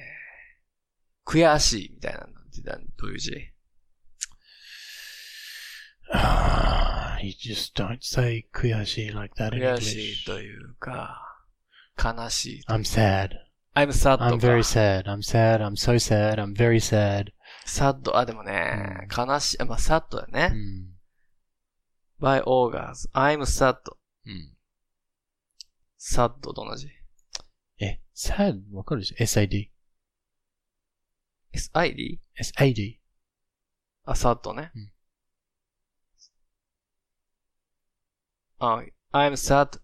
S1: ー、悔しいみたいなのってなどういう字
S2: Ah, you just don't say 悔しい like that in
S1: 悔しい
S2: English.
S1: というか、悲しい。
S2: I'm sad.
S1: I'm sad とか。
S2: I'm very sad. I'm sad. I'm so sad. I'm very sad.
S1: sad. あ、でもね、悲しい。まあ、sad だ
S2: う
S1: ね。
S2: ん。
S1: by augurs. I'm sad.
S2: うん。
S1: sad と同じ。
S2: え、sad わかるでしょ ?sad。
S1: SID?
S2: sad。
S1: あ、sad ね。
S2: うん
S1: あ、I'm sad.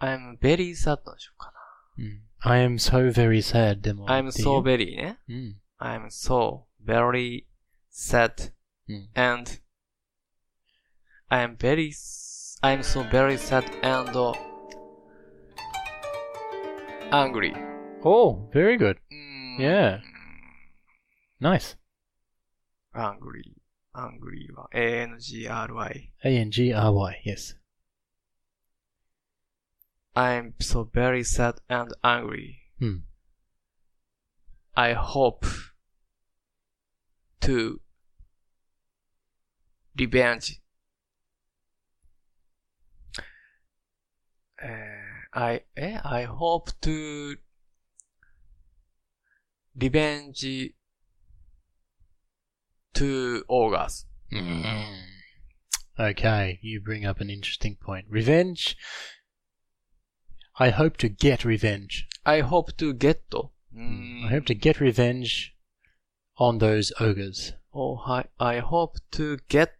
S1: I'm very sad でしょうか
S2: うん。I Hmm. am so very sad でも。
S1: な。I'm so very ね。
S2: very. うん。
S1: I'm so very sad
S2: うん
S1: and I'm very s- I'm so very sad and angry.
S2: Oh, very good.
S1: うーん
S2: Yeah. Nice.
S1: Angry. Angry は A-N-G-R-Y.
S2: A-N-G-R-Y. Yes.
S1: I'm so very sad and angry.
S2: うん。
S1: I hope to revenge. Uh, I, eh, I hope to revenge to August. Hmm.
S2: Okay, you bring up an interesting point. Revenge. I hope to get revenge.
S1: I hope to Hmm. get.
S2: Hmm. I hope to get revenge on those ogres.
S1: Oh, hi. I hope to get.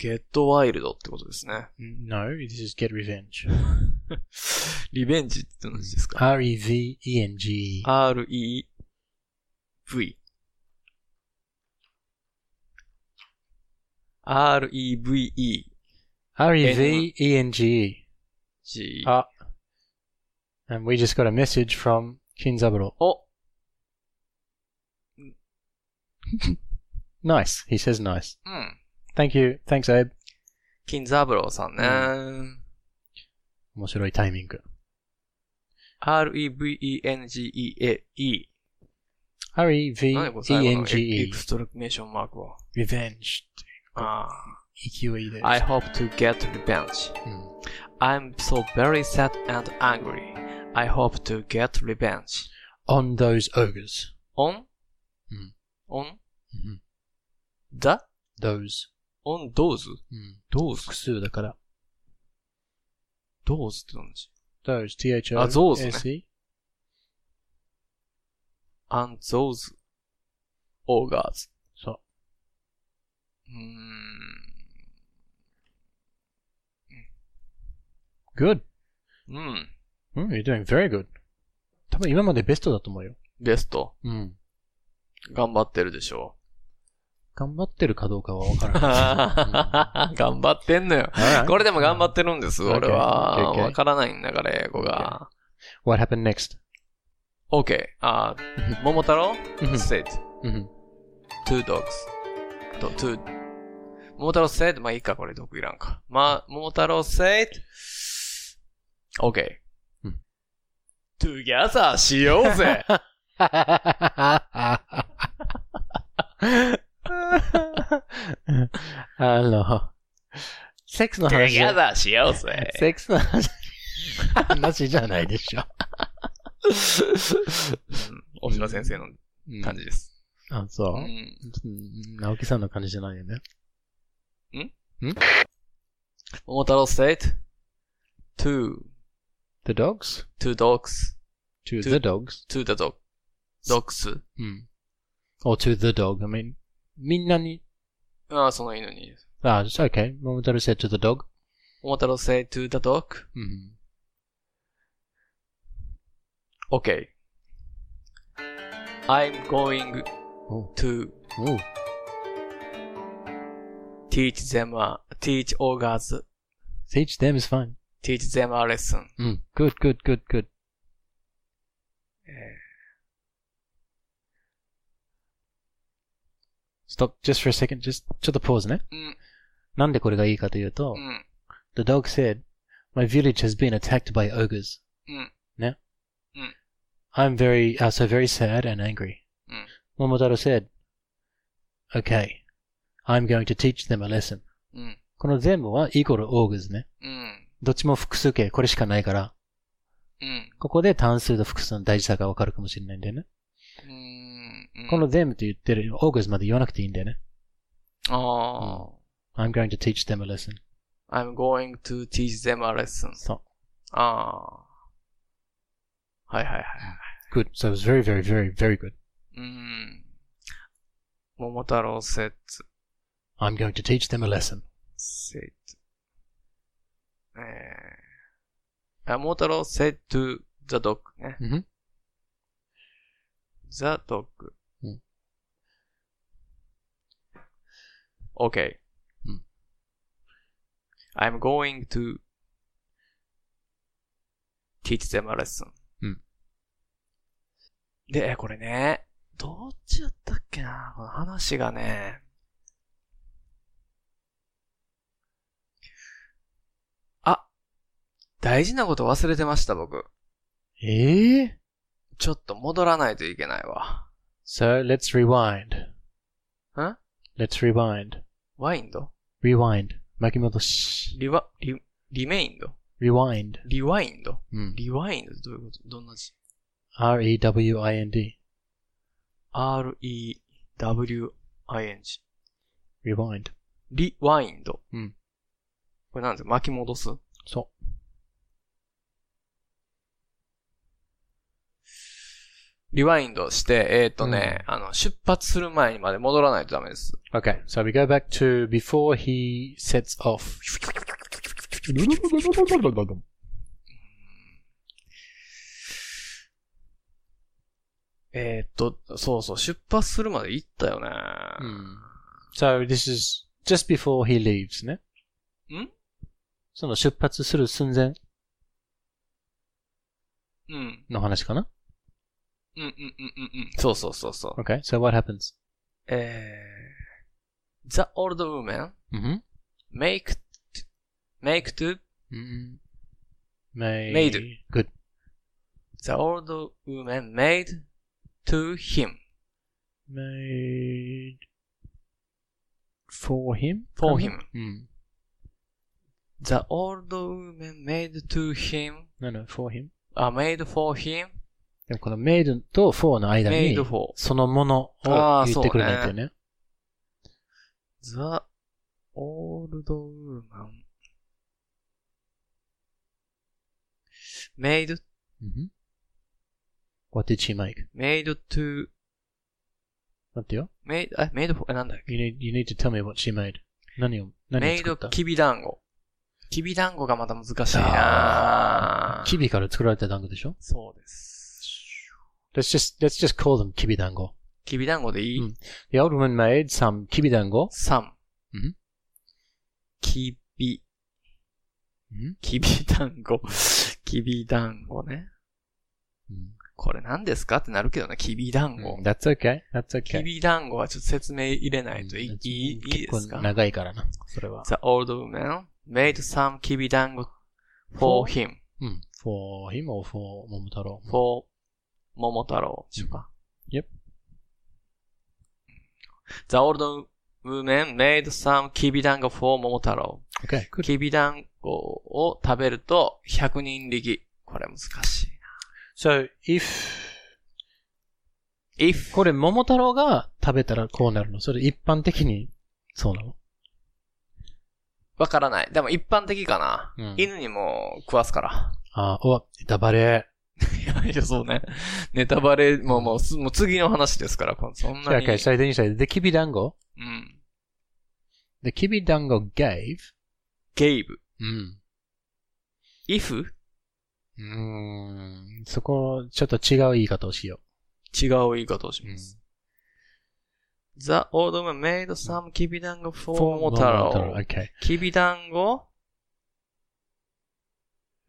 S1: Get wild ってことですね。
S2: No, this is get revenge.
S1: リベンジって同じですか
S2: R E V E N G.
S1: ?R-E V。R-E-V-E-G。
S2: E R-E-V-E-N-G-E. Ah. And we just got a message from Kinzaburo.
S1: お、
S2: Nice. He says nice.
S1: うん。
S2: Thank you. Thanks, Abe.
S1: 金三郎さんね。
S2: う面白いタイミング。
S1: R-E-V-E-N-G-E-A-E。何
S2: E
S1: これ最後のエ
S2: R-E-V-E-N-G-E.
S1: クストラメーションマークは。
S2: Revenge. E
S1: あ
S2: EQE です。
S1: あ。I hope to get revenge.
S2: うん
S1: I'm so very sad and angry. I hope to get revenge.
S2: On those ogres.
S1: On?
S2: うん。
S1: On?
S2: うん
S1: the?
S2: Those. Hmm.
S1: on those?
S2: うん。
S1: those?
S2: 複数だから。
S1: those って何でし
S2: Those. T-H-O.
S1: あ those ね
S2: S-E.
S1: and those ogres.。
S2: そう
S1: うーん。
S2: う。Good.
S1: うん。
S2: うん、you're doing very good. 多分今までベストだと思うよ。
S1: ベスト。
S2: うん。
S1: 頑張ってるでしょ
S2: 頑張ってるかどうかはわから ない。
S1: 頑張ってんのよ。
S2: Alright.
S1: これでも頑張ってるんです、
S2: Okay.
S1: 俺は。
S2: Okay.
S1: わからないんだから、英語が。
S2: What happened next?
S1: OK。あー、桃太郎
S2: うん
S1: ?said
S2: うん
S1: two dogs. と two. 桃太郎 said まあいいか、これ、毒いらんか。まあ、桃太郎 said OK
S2: うん
S1: together しよう ぜ
S2: あの、セックスの話じゃ。
S1: together しようぜ
S2: セックスの話話じゃないでし ょ。
S1: うん大島先生の感じです。
S2: あ、そうう。
S1: ん
S2: うん直樹さんの感じじゃないよね。
S1: 桃太郎 said two,
S2: The dogs?
S1: two dogs,
S2: To
S1: To-
S2: the dogs?
S1: to the dog, dogs.
S2: うん。or to the dog. I mean, みんなに、
S1: ああ、その犬に。
S2: あ、it's okay. 桃太郎 said to the dog.
S1: 桃太郎 said to the dog,
S2: うん
S1: okay. I'm going
S2: お
S1: to
S2: おう
S1: teach them a, teach ogres,
S2: Teach them is fine.
S1: teach them a lesson.
S2: うん。good, good, good, good.
S1: え
S2: Stop just for a second. Just, ちょっと pause ね。
S1: ーうん、
S2: なんでこれがいいかというと、
S1: うん、
S2: The dog said, My village has been attacked by ogres.
S1: うん、
S2: ね。
S1: うん。
S2: I'm very, uh, so very sad and angry.
S1: うん。
S2: Momotaro said, Okay, I'm going to teach them a lesson.
S1: うん、
S2: この全部はイコール ogres ね。
S1: うん、
S2: どっちも複数形、これしかないから、
S1: うん、
S2: ここで単数と複数の大事さがわかるかもしれないんだよね。
S1: うん、うん。
S2: この全部と言ってる ogres まで言わなくていいんだよね。
S1: ああ。
S2: I'm going to teach them a lesson.
S1: I'm going to teach them a lesson.
S2: そう。
S1: ああ。はいはいはい。
S2: Good. So it was very, very, very, very good.
S1: うん。桃太郎セット、
S2: I'm going to teach them a lesson.
S1: セット。えー、あ、桃太郎 said to the dog ね。
S2: うん
S1: The dog.
S2: うん
S1: Okay.
S2: うん
S1: I'm going to teach them a lesson.
S2: うん
S1: で、これね、どっちだったっけなこの話がね、あ、大事なこと忘れてました、僕。
S2: ええ
S1: ちょっと戻らないといけないわ。
S2: So let's rewind.
S1: ん
S2: Let's rewind.
S1: ワインド
S2: Rewind. 巻き戻し。
S1: リワ、リ、リメインド
S2: Rewind.
S1: リワインド
S2: うん。
S1: リワインドってどういうことどんな字
S2: E R-E-W-I-N-D.
S1: ?R-E-W-I-N-G。
S2: Rewind.
S1: リワインド。
S2: うん。
S1: これなんですか巻き戻す
S2: そ
S1: リワインドして、えっ、ー、とね、あの、出発する前にまで戻らないとダメです。
S2: う。Okay. So we go back to before he sets off.
S1: えっ、ど、そうそう、出発するまで行ったよね。
S2: Hmm. So this is just before he leaves, ね。
S1: ん
S2: その出発する寸前
S1: うん。
S2: の話かな
S1: うん、うん、うん、うん、うん。そうそうそうそう。
S2: ?Okay, so what happens?
S1: えー、the old woman
S2: うん。
S1: make, t- make to
S2: うん。Made.
S1: Made.
S2: Hmm. Good.
S1: the old woman made to him
S2: Made. For him?
S1: for him.
S2: うん。
S1: The old woman made to him,
S2: No, no, for him.
S1: uh, made for him,
S2: でもこの made と for の間に
S1: made、for
S2: そのものを言ってくれないんだよね。
S1: the old woman made,
S2: うん。What did she make?
S1: made to,
S2: 待ってよ。
S1: made, あ、made for, えなんだっけ
S2: You need, you need to tell me what she made. 何を、何を
S1: made
S2: 作った
S1: きび団子。きび団子がまた難しいなぁ
S2: キビから作られた団子でしょ
S1: そうです。
S2: Let's just, let's just call them キビ団子。
S1: きび団子でいい、
S2: うん The old woman made some キビ団子。
S1: 三。
S2: うん
S1: きび。
S2: ん
S1: きび団子。 きび団子ね。
S2: うん
S1: これ何ですかってなるけどね、きび団子。
S2: That's okay. That's
S1: き
S2: okay.
S1: び団子はちょっと説明入れないといい、
S2: うん
S1: いい、いいです
S2: 結構
S1: か
S2: 長いからな、それは。
S1: ?The old woman made some きび団子 for him,
S2: うん。for him or for 桃太郎。
S1: for 桃太郎でしょうか。
S2: Yep.
S1: The old woman made some きび団子 for 桃太郎。
S2: Okay, good.
S1: きびだんごを食べると100人力。これ難しい
S2: So, if,
S1: な。if
S2: これ桃太郎が食べたらこうなるのそれ一般的にそうなの
S1: わからない。でも一般的かな。
S2: うん
S1: 犬にも食わすから。
S2: ああ、お、ネタバレ。
S1: いや いや、そうね。 ネタバレ、もうもうす、もう次の話ですから、こんそんなに。
S2: Okay, so then you say, the きび団子
S1: うん。
S2: The きび団子 gave.
S1: ゲイブ。
S2: うん。
S1: if?
S2: うーんそこ、ちょっと違う言い方をしよ
S1: 違う言い方をします。The old man made some きびだんご
S2: う。
S1: for 桃太郎。
S2: Okay.
S1: きびだんご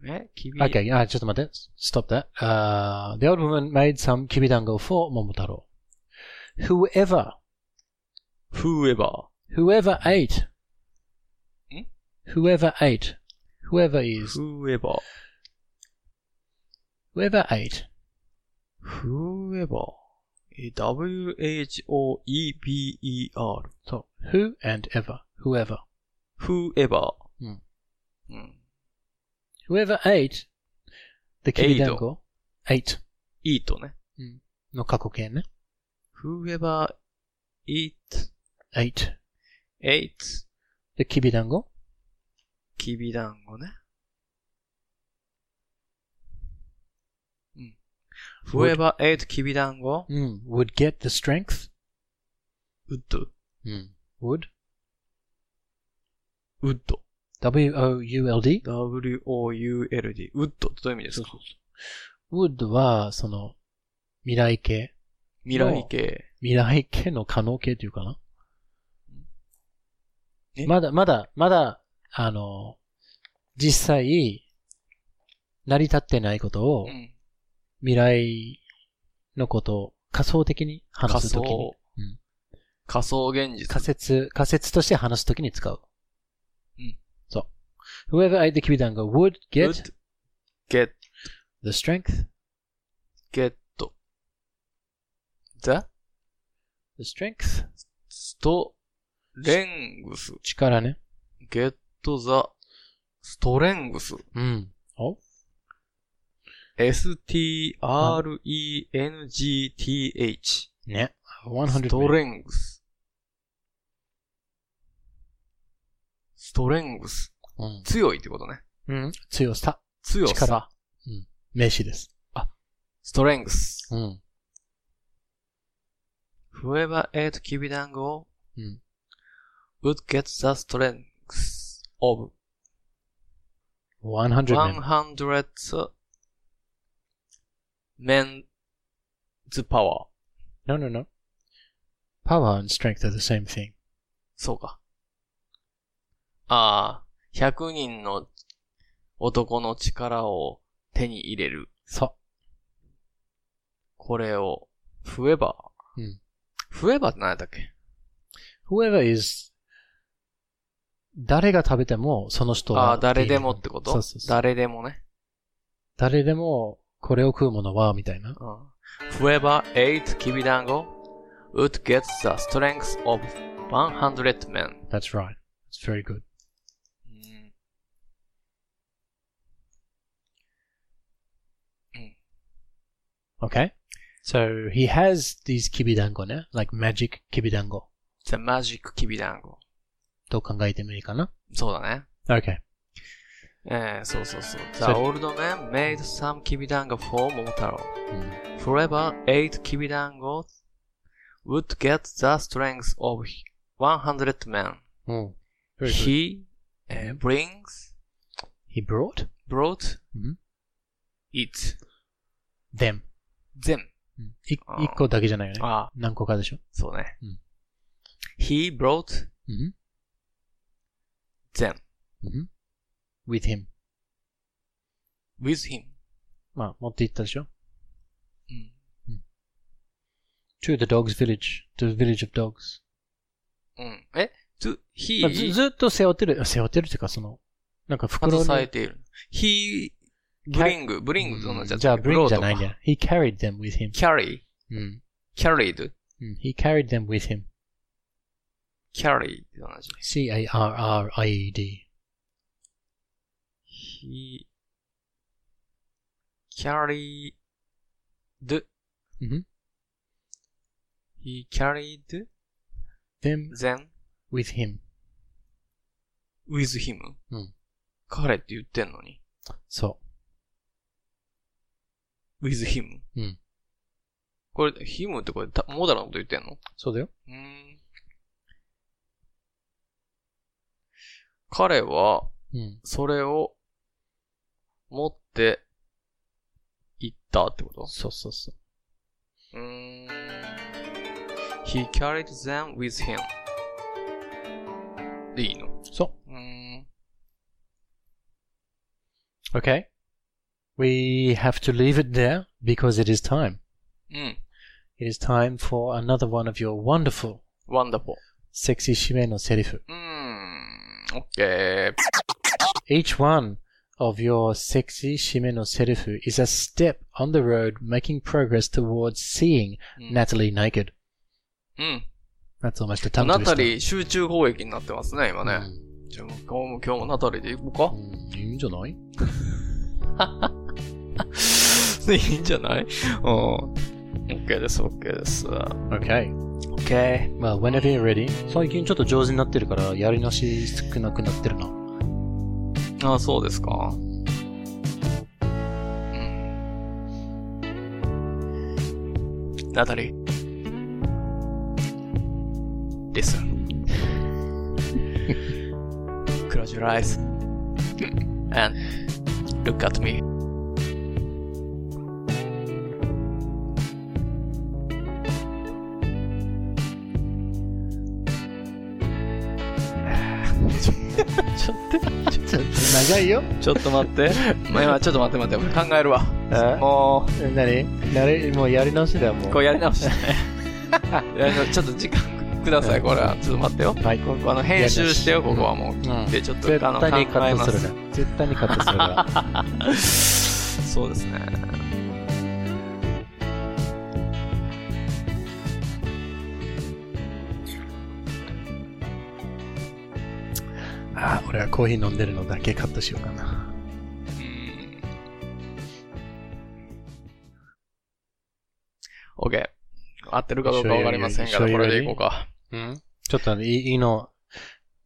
S1: えきび。
S2: Okay, あ、ちょっと待って。Stop that.、Uh, the old woman made some きび団子 for 桃太郎。Whoever,
S1: whoever.
S2: whoever ate.
S1: ん
S2: Whoever ate. Whoever is.
S1: whoever.
S2: Whoever ate.
S1: whoever, w-h-o-e-b-e-r,
S2: そう。Who and ever. Whoever.
S1: whoever.
S2: うん
S1: うん。
S2: Whoever ate. The きび団子 ate
S1: いいとね。
S2: の過去形ね。
S1: whoever eat,
S2: ate.
S1: ate,
S2: The きび団子
S1: きびだんごね。うん。whoever ate きびだんご、
S2: うん。would get the strength.
S1: would,
S2: うん。would.
S1: would,
S2: W-O-U-L-D?
S1: w-o-u-l-d, would ってどういう意味ですか
S2: would は、その、未来形
S1: 未来形。
S2: 未来形の可能形というかな
S1: え
S2: まだ、まだ、まだ、あの、実際、成り立ってないことを、
S1: うん。
S2: 未来のことを仮想的に
S1: 仮
S2: 話すときに
S1: 想、。
S2: うん
S1: 仮想現実。
S2: 仮説、仮説として話すときに使う。
S1: うん
S2: そう。whoever ate the きび団子 would get
S1: would get,
S2: the strength,
S1: get, the
S2: the strength,
S1: スト、レングス。
S2: 力ね。
S1: ゲットザ、ストレングス。
S2: うん。お
S1: s-t-r-e-n-g-t-h。
S2: ね。
S1: ス
S2: 100
S1: トレングス。ストレングス。
S2: うん。
S1: 強いってことね。
S2: うん。強さ。
S1: 強さ。
S2: 力。うん。名詞です。
S1: ストレングス。
S2: うん。
S1: whoever ate きびだんご
S2: うん
S1: would get the strength of
S2: 100ね。
S1: 100 men's power.
S2: No, no, no. Power and strength are the same thing.
S1: そうか。ああ、100人の男の力を手に入れる。
S2: そ
S1: これを、フエバー。
S2: うん。
S1: フエバーって何やったっけ
S2: う。Whoever is 誰が食べてもその人は
S1: ああ、誰でもってこと
S2: そうそうそう
S1: 誰でもね。
S2: 誰でもこれを食うものはみたいな。
S1: Whoever ate kibidango would get the strength of 100 men.
S2: That's right. It's very good.
S1: うんうん
S2: Okay. So he has these kibidango ね。like magic kibidango.
S1: The magic kibidango.
S2: と考えてもいいかな。
S1: そうだね。
S2: Okay.
S1: えー、そうそうそう。The
S2: それ
S1: old man made some kibidango for Momotaro.
S2: うん、
S1: Forever eight kibidango would get the strength of 100 men.
S2: Mm. Very good.
S1: He uh, brings,
S2: He brought
S1: brought
S2: Mhm.
S1: it,
S2: them.
S1: them.
S2: うんい
S1: あー
S2: 一個だけじゃないよね。
S1: ああ、
S2: 何個かでしょ。
S1: そうね
S2: うん。
S1: He brought
S2: うん
S1: them
S2: うん、with him.
S1: with him.
S2: まあ、持って行ったでしょ。
S1: うん。
S2: to the dog's village. the village of dogs.
S1: うん。え ?to,
S2: まあ、ず
S1: he
S2: ずっと背負ってる、背負ってるっていうか、その、なんか袋
S1: 携
S2: に。
S1: えている。he bring, bring となっちゃっ
S2: うんじゃ
S1: た
S2: あ、
S1: け
S2: bring
S1: ど。
S2: じゃないね。he carried them with him.
S1: carry,
S2: うん。
S1: carried,
S2: うん he carried them with him.
S1: carry って同じ。
S2: c-a-r-r-i-e-d.
S1: he carried,
S2: うん
S1: he carried
S2: them
S1: them
S2: with him.
S1: with him.
S2: うん
S1: 彼って言ってんのに。
S2: そ
S1: with him.
S2: うん
S1: これ、him ってこれ、たモーダルのこと言ってんの
S2: う。そうだよ。
S1: うーん。彼は、
S2: うん。
S1: それを、持って、行ったってこと
S2: そうそうそう。
S1: うーん。He carried them with him. でいいの
S2: そう
S1: ーん。
S2: う。Okay. We have to leave it there because it is time.
S1: うん。
S2: It is time for another one of your wonderful
S1: wonderful.
S2: sexy shime no serifu.
S1: うーん。OK.
S2: Each one of your sexy shime no serifu is a step on the road making progress towards seeing
S1: うん
S2: Natalie naked.
S1: うん。
S2: That's almost a
S1: ナ
S2: tongue
S1: タ
S2: twister.
S1: リー集中砲撃になってますね、今ね。
S2: Mm.
S1: じゃあもう今日も今日もナタリーで行こ
S2: Mm, いいんじゃない？
S1: うか。 いいんじゃないうん。OK です、OK です。
S2: Okay.
S1: OK。
S2: まあ、whenever you're ready. 最近ちょっと上手になってるから、やり直し少なくなってるな。
S1: ああ、そうですか。うん。ナタリー。Listen. Close your eyes. And look at me.ちょっと待って。
S2: 長いよ。
S1: ちょっと待って。 まあ今ちょっと待って待って。考えるわ。
S2: え
S1: も
S2: なになにもうやり直しだよ、も
S1: う、
S2: う。
S1: こうやり直 して。やり直しちょっと時間ください、これは。ちょっと待ってよ。
S2: はい、
S1: ここあの編集してよ、ここはもう。
S2: うん
S1: で、ちょっと
S2: 絶
S1: あの考
S2: 対にカ
S1: え
S2: ッ
S1: ま
S2: トす
S1: す
S2: る。ね。絶対にカットするから。
S1: そうですね。
S2: ああ、俺はコーヒー飲んでるのだけカットしようかな。
S1: うん。OK。合ってるかどうかわかりませんか
S2: 醤
S1: ら、これ
S2: 油入れ
S1: でいこうか。
S2: うんちょっとあのいいいいの、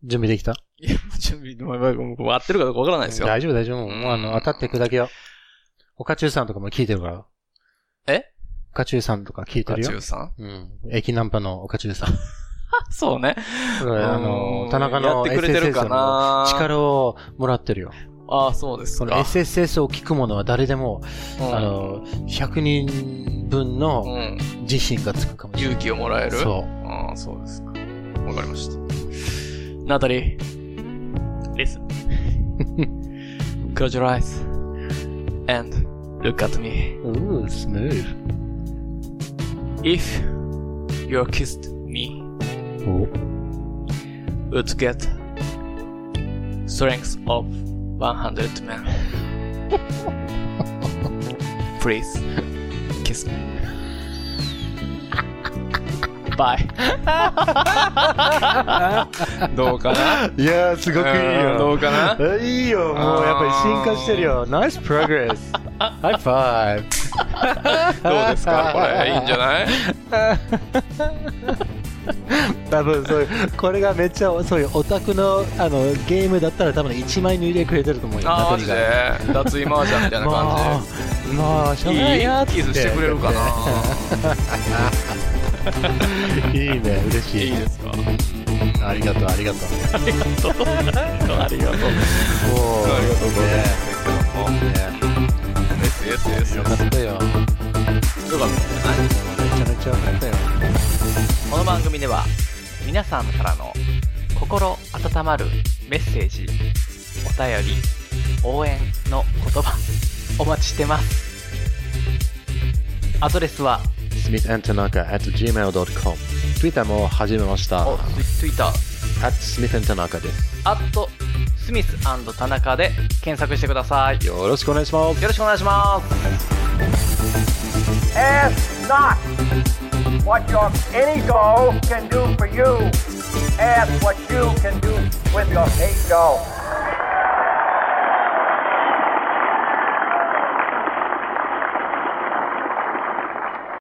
S2: 準備できた
S1: いや、準備、もう合ってるかどうかわからないですよ。
S2: 大丈夫大丈夫。
S1: うん
S2: もうあの、当たっていくだけよ。おかちゅうさんとかも聞いてるから。
S1: え
S2: おかちゅうさんとか聞いて
S1: ガ
S2: る
S1: チ
S2: よ
S1: ュ。ウさん
S2: うん。駅ナンパのおかち ゅうさん。
S1: そうね。
S2: あの、田中
S1: やっ
S2: の
S1: てくれてるか
S2: SSS の
S1: な
S2: 力をもらってるよ。
S1: あああ、そうです
S2: この
S1: か。
S2: SSS を聞く者は誰でも、
S1: うん
S2: あの、100人分
S1: う
S2: の
S1: ん。
S2: 自信がつくかもしれ
S1: 勇気をもらえ
S2: ない。
S1: る
S2: そ
S1: ああ、そうですか。わかりました。ナタリー。Listen. Close your eyes. And look at me.
S2: う。Ooh, smooth.
S1: If you kissed me, would get strength of 100 men. Please kiss me. Bye. どうかない
S2: やー、すごくいい
S1: うんど
S2: よ。
S1: うかない
S2: いよ、もうやっぱり進化してるよ。ナイスプログ レス。ハイファイブ。
S1: どうですかこれ、いいんじゃない
S2: 多分そういう、これがめっちゃそういうオタクのあのゲームだったら多分1枚抜いてくれてると思うよ。
S1: あー、マ
S2: ナ
S1: ジ
S2: トリ
S1: で
S2: が
S1: 脱衣マージャンみたいな感じ。
S2: まあ、しょうがないやーっ
S1: い
S2: つ
S1: い
S2: っ
S1: キスしてくれるかな
S2: いいね、嬉し
S1: い
S2: い。
S1: いですか
S2: ありがとう、ありがとう。
S1: ありがとう。
S2: おー
S1: ありがとうございます。ですです
S2: よかったよ。
S1: よかったですね
S2: めちゃめちゃよかったよ。
S1: この番組では皆さんからの心温まるメッセージお便り応援の言葉お待ちしてますアドレスは
S2: smithandtanaka at gmail.com。Twitter も始めました。
S1: お
S2: at
S1: Twitter
S2: smithandtanaka です。
S1: アットスミス田中で検索してくださいよ
S2: よろしくお願いします。
S1: ろしくお願いします
S3: Ask not what your any doll can do for you. Ask what you can do with your eight doll.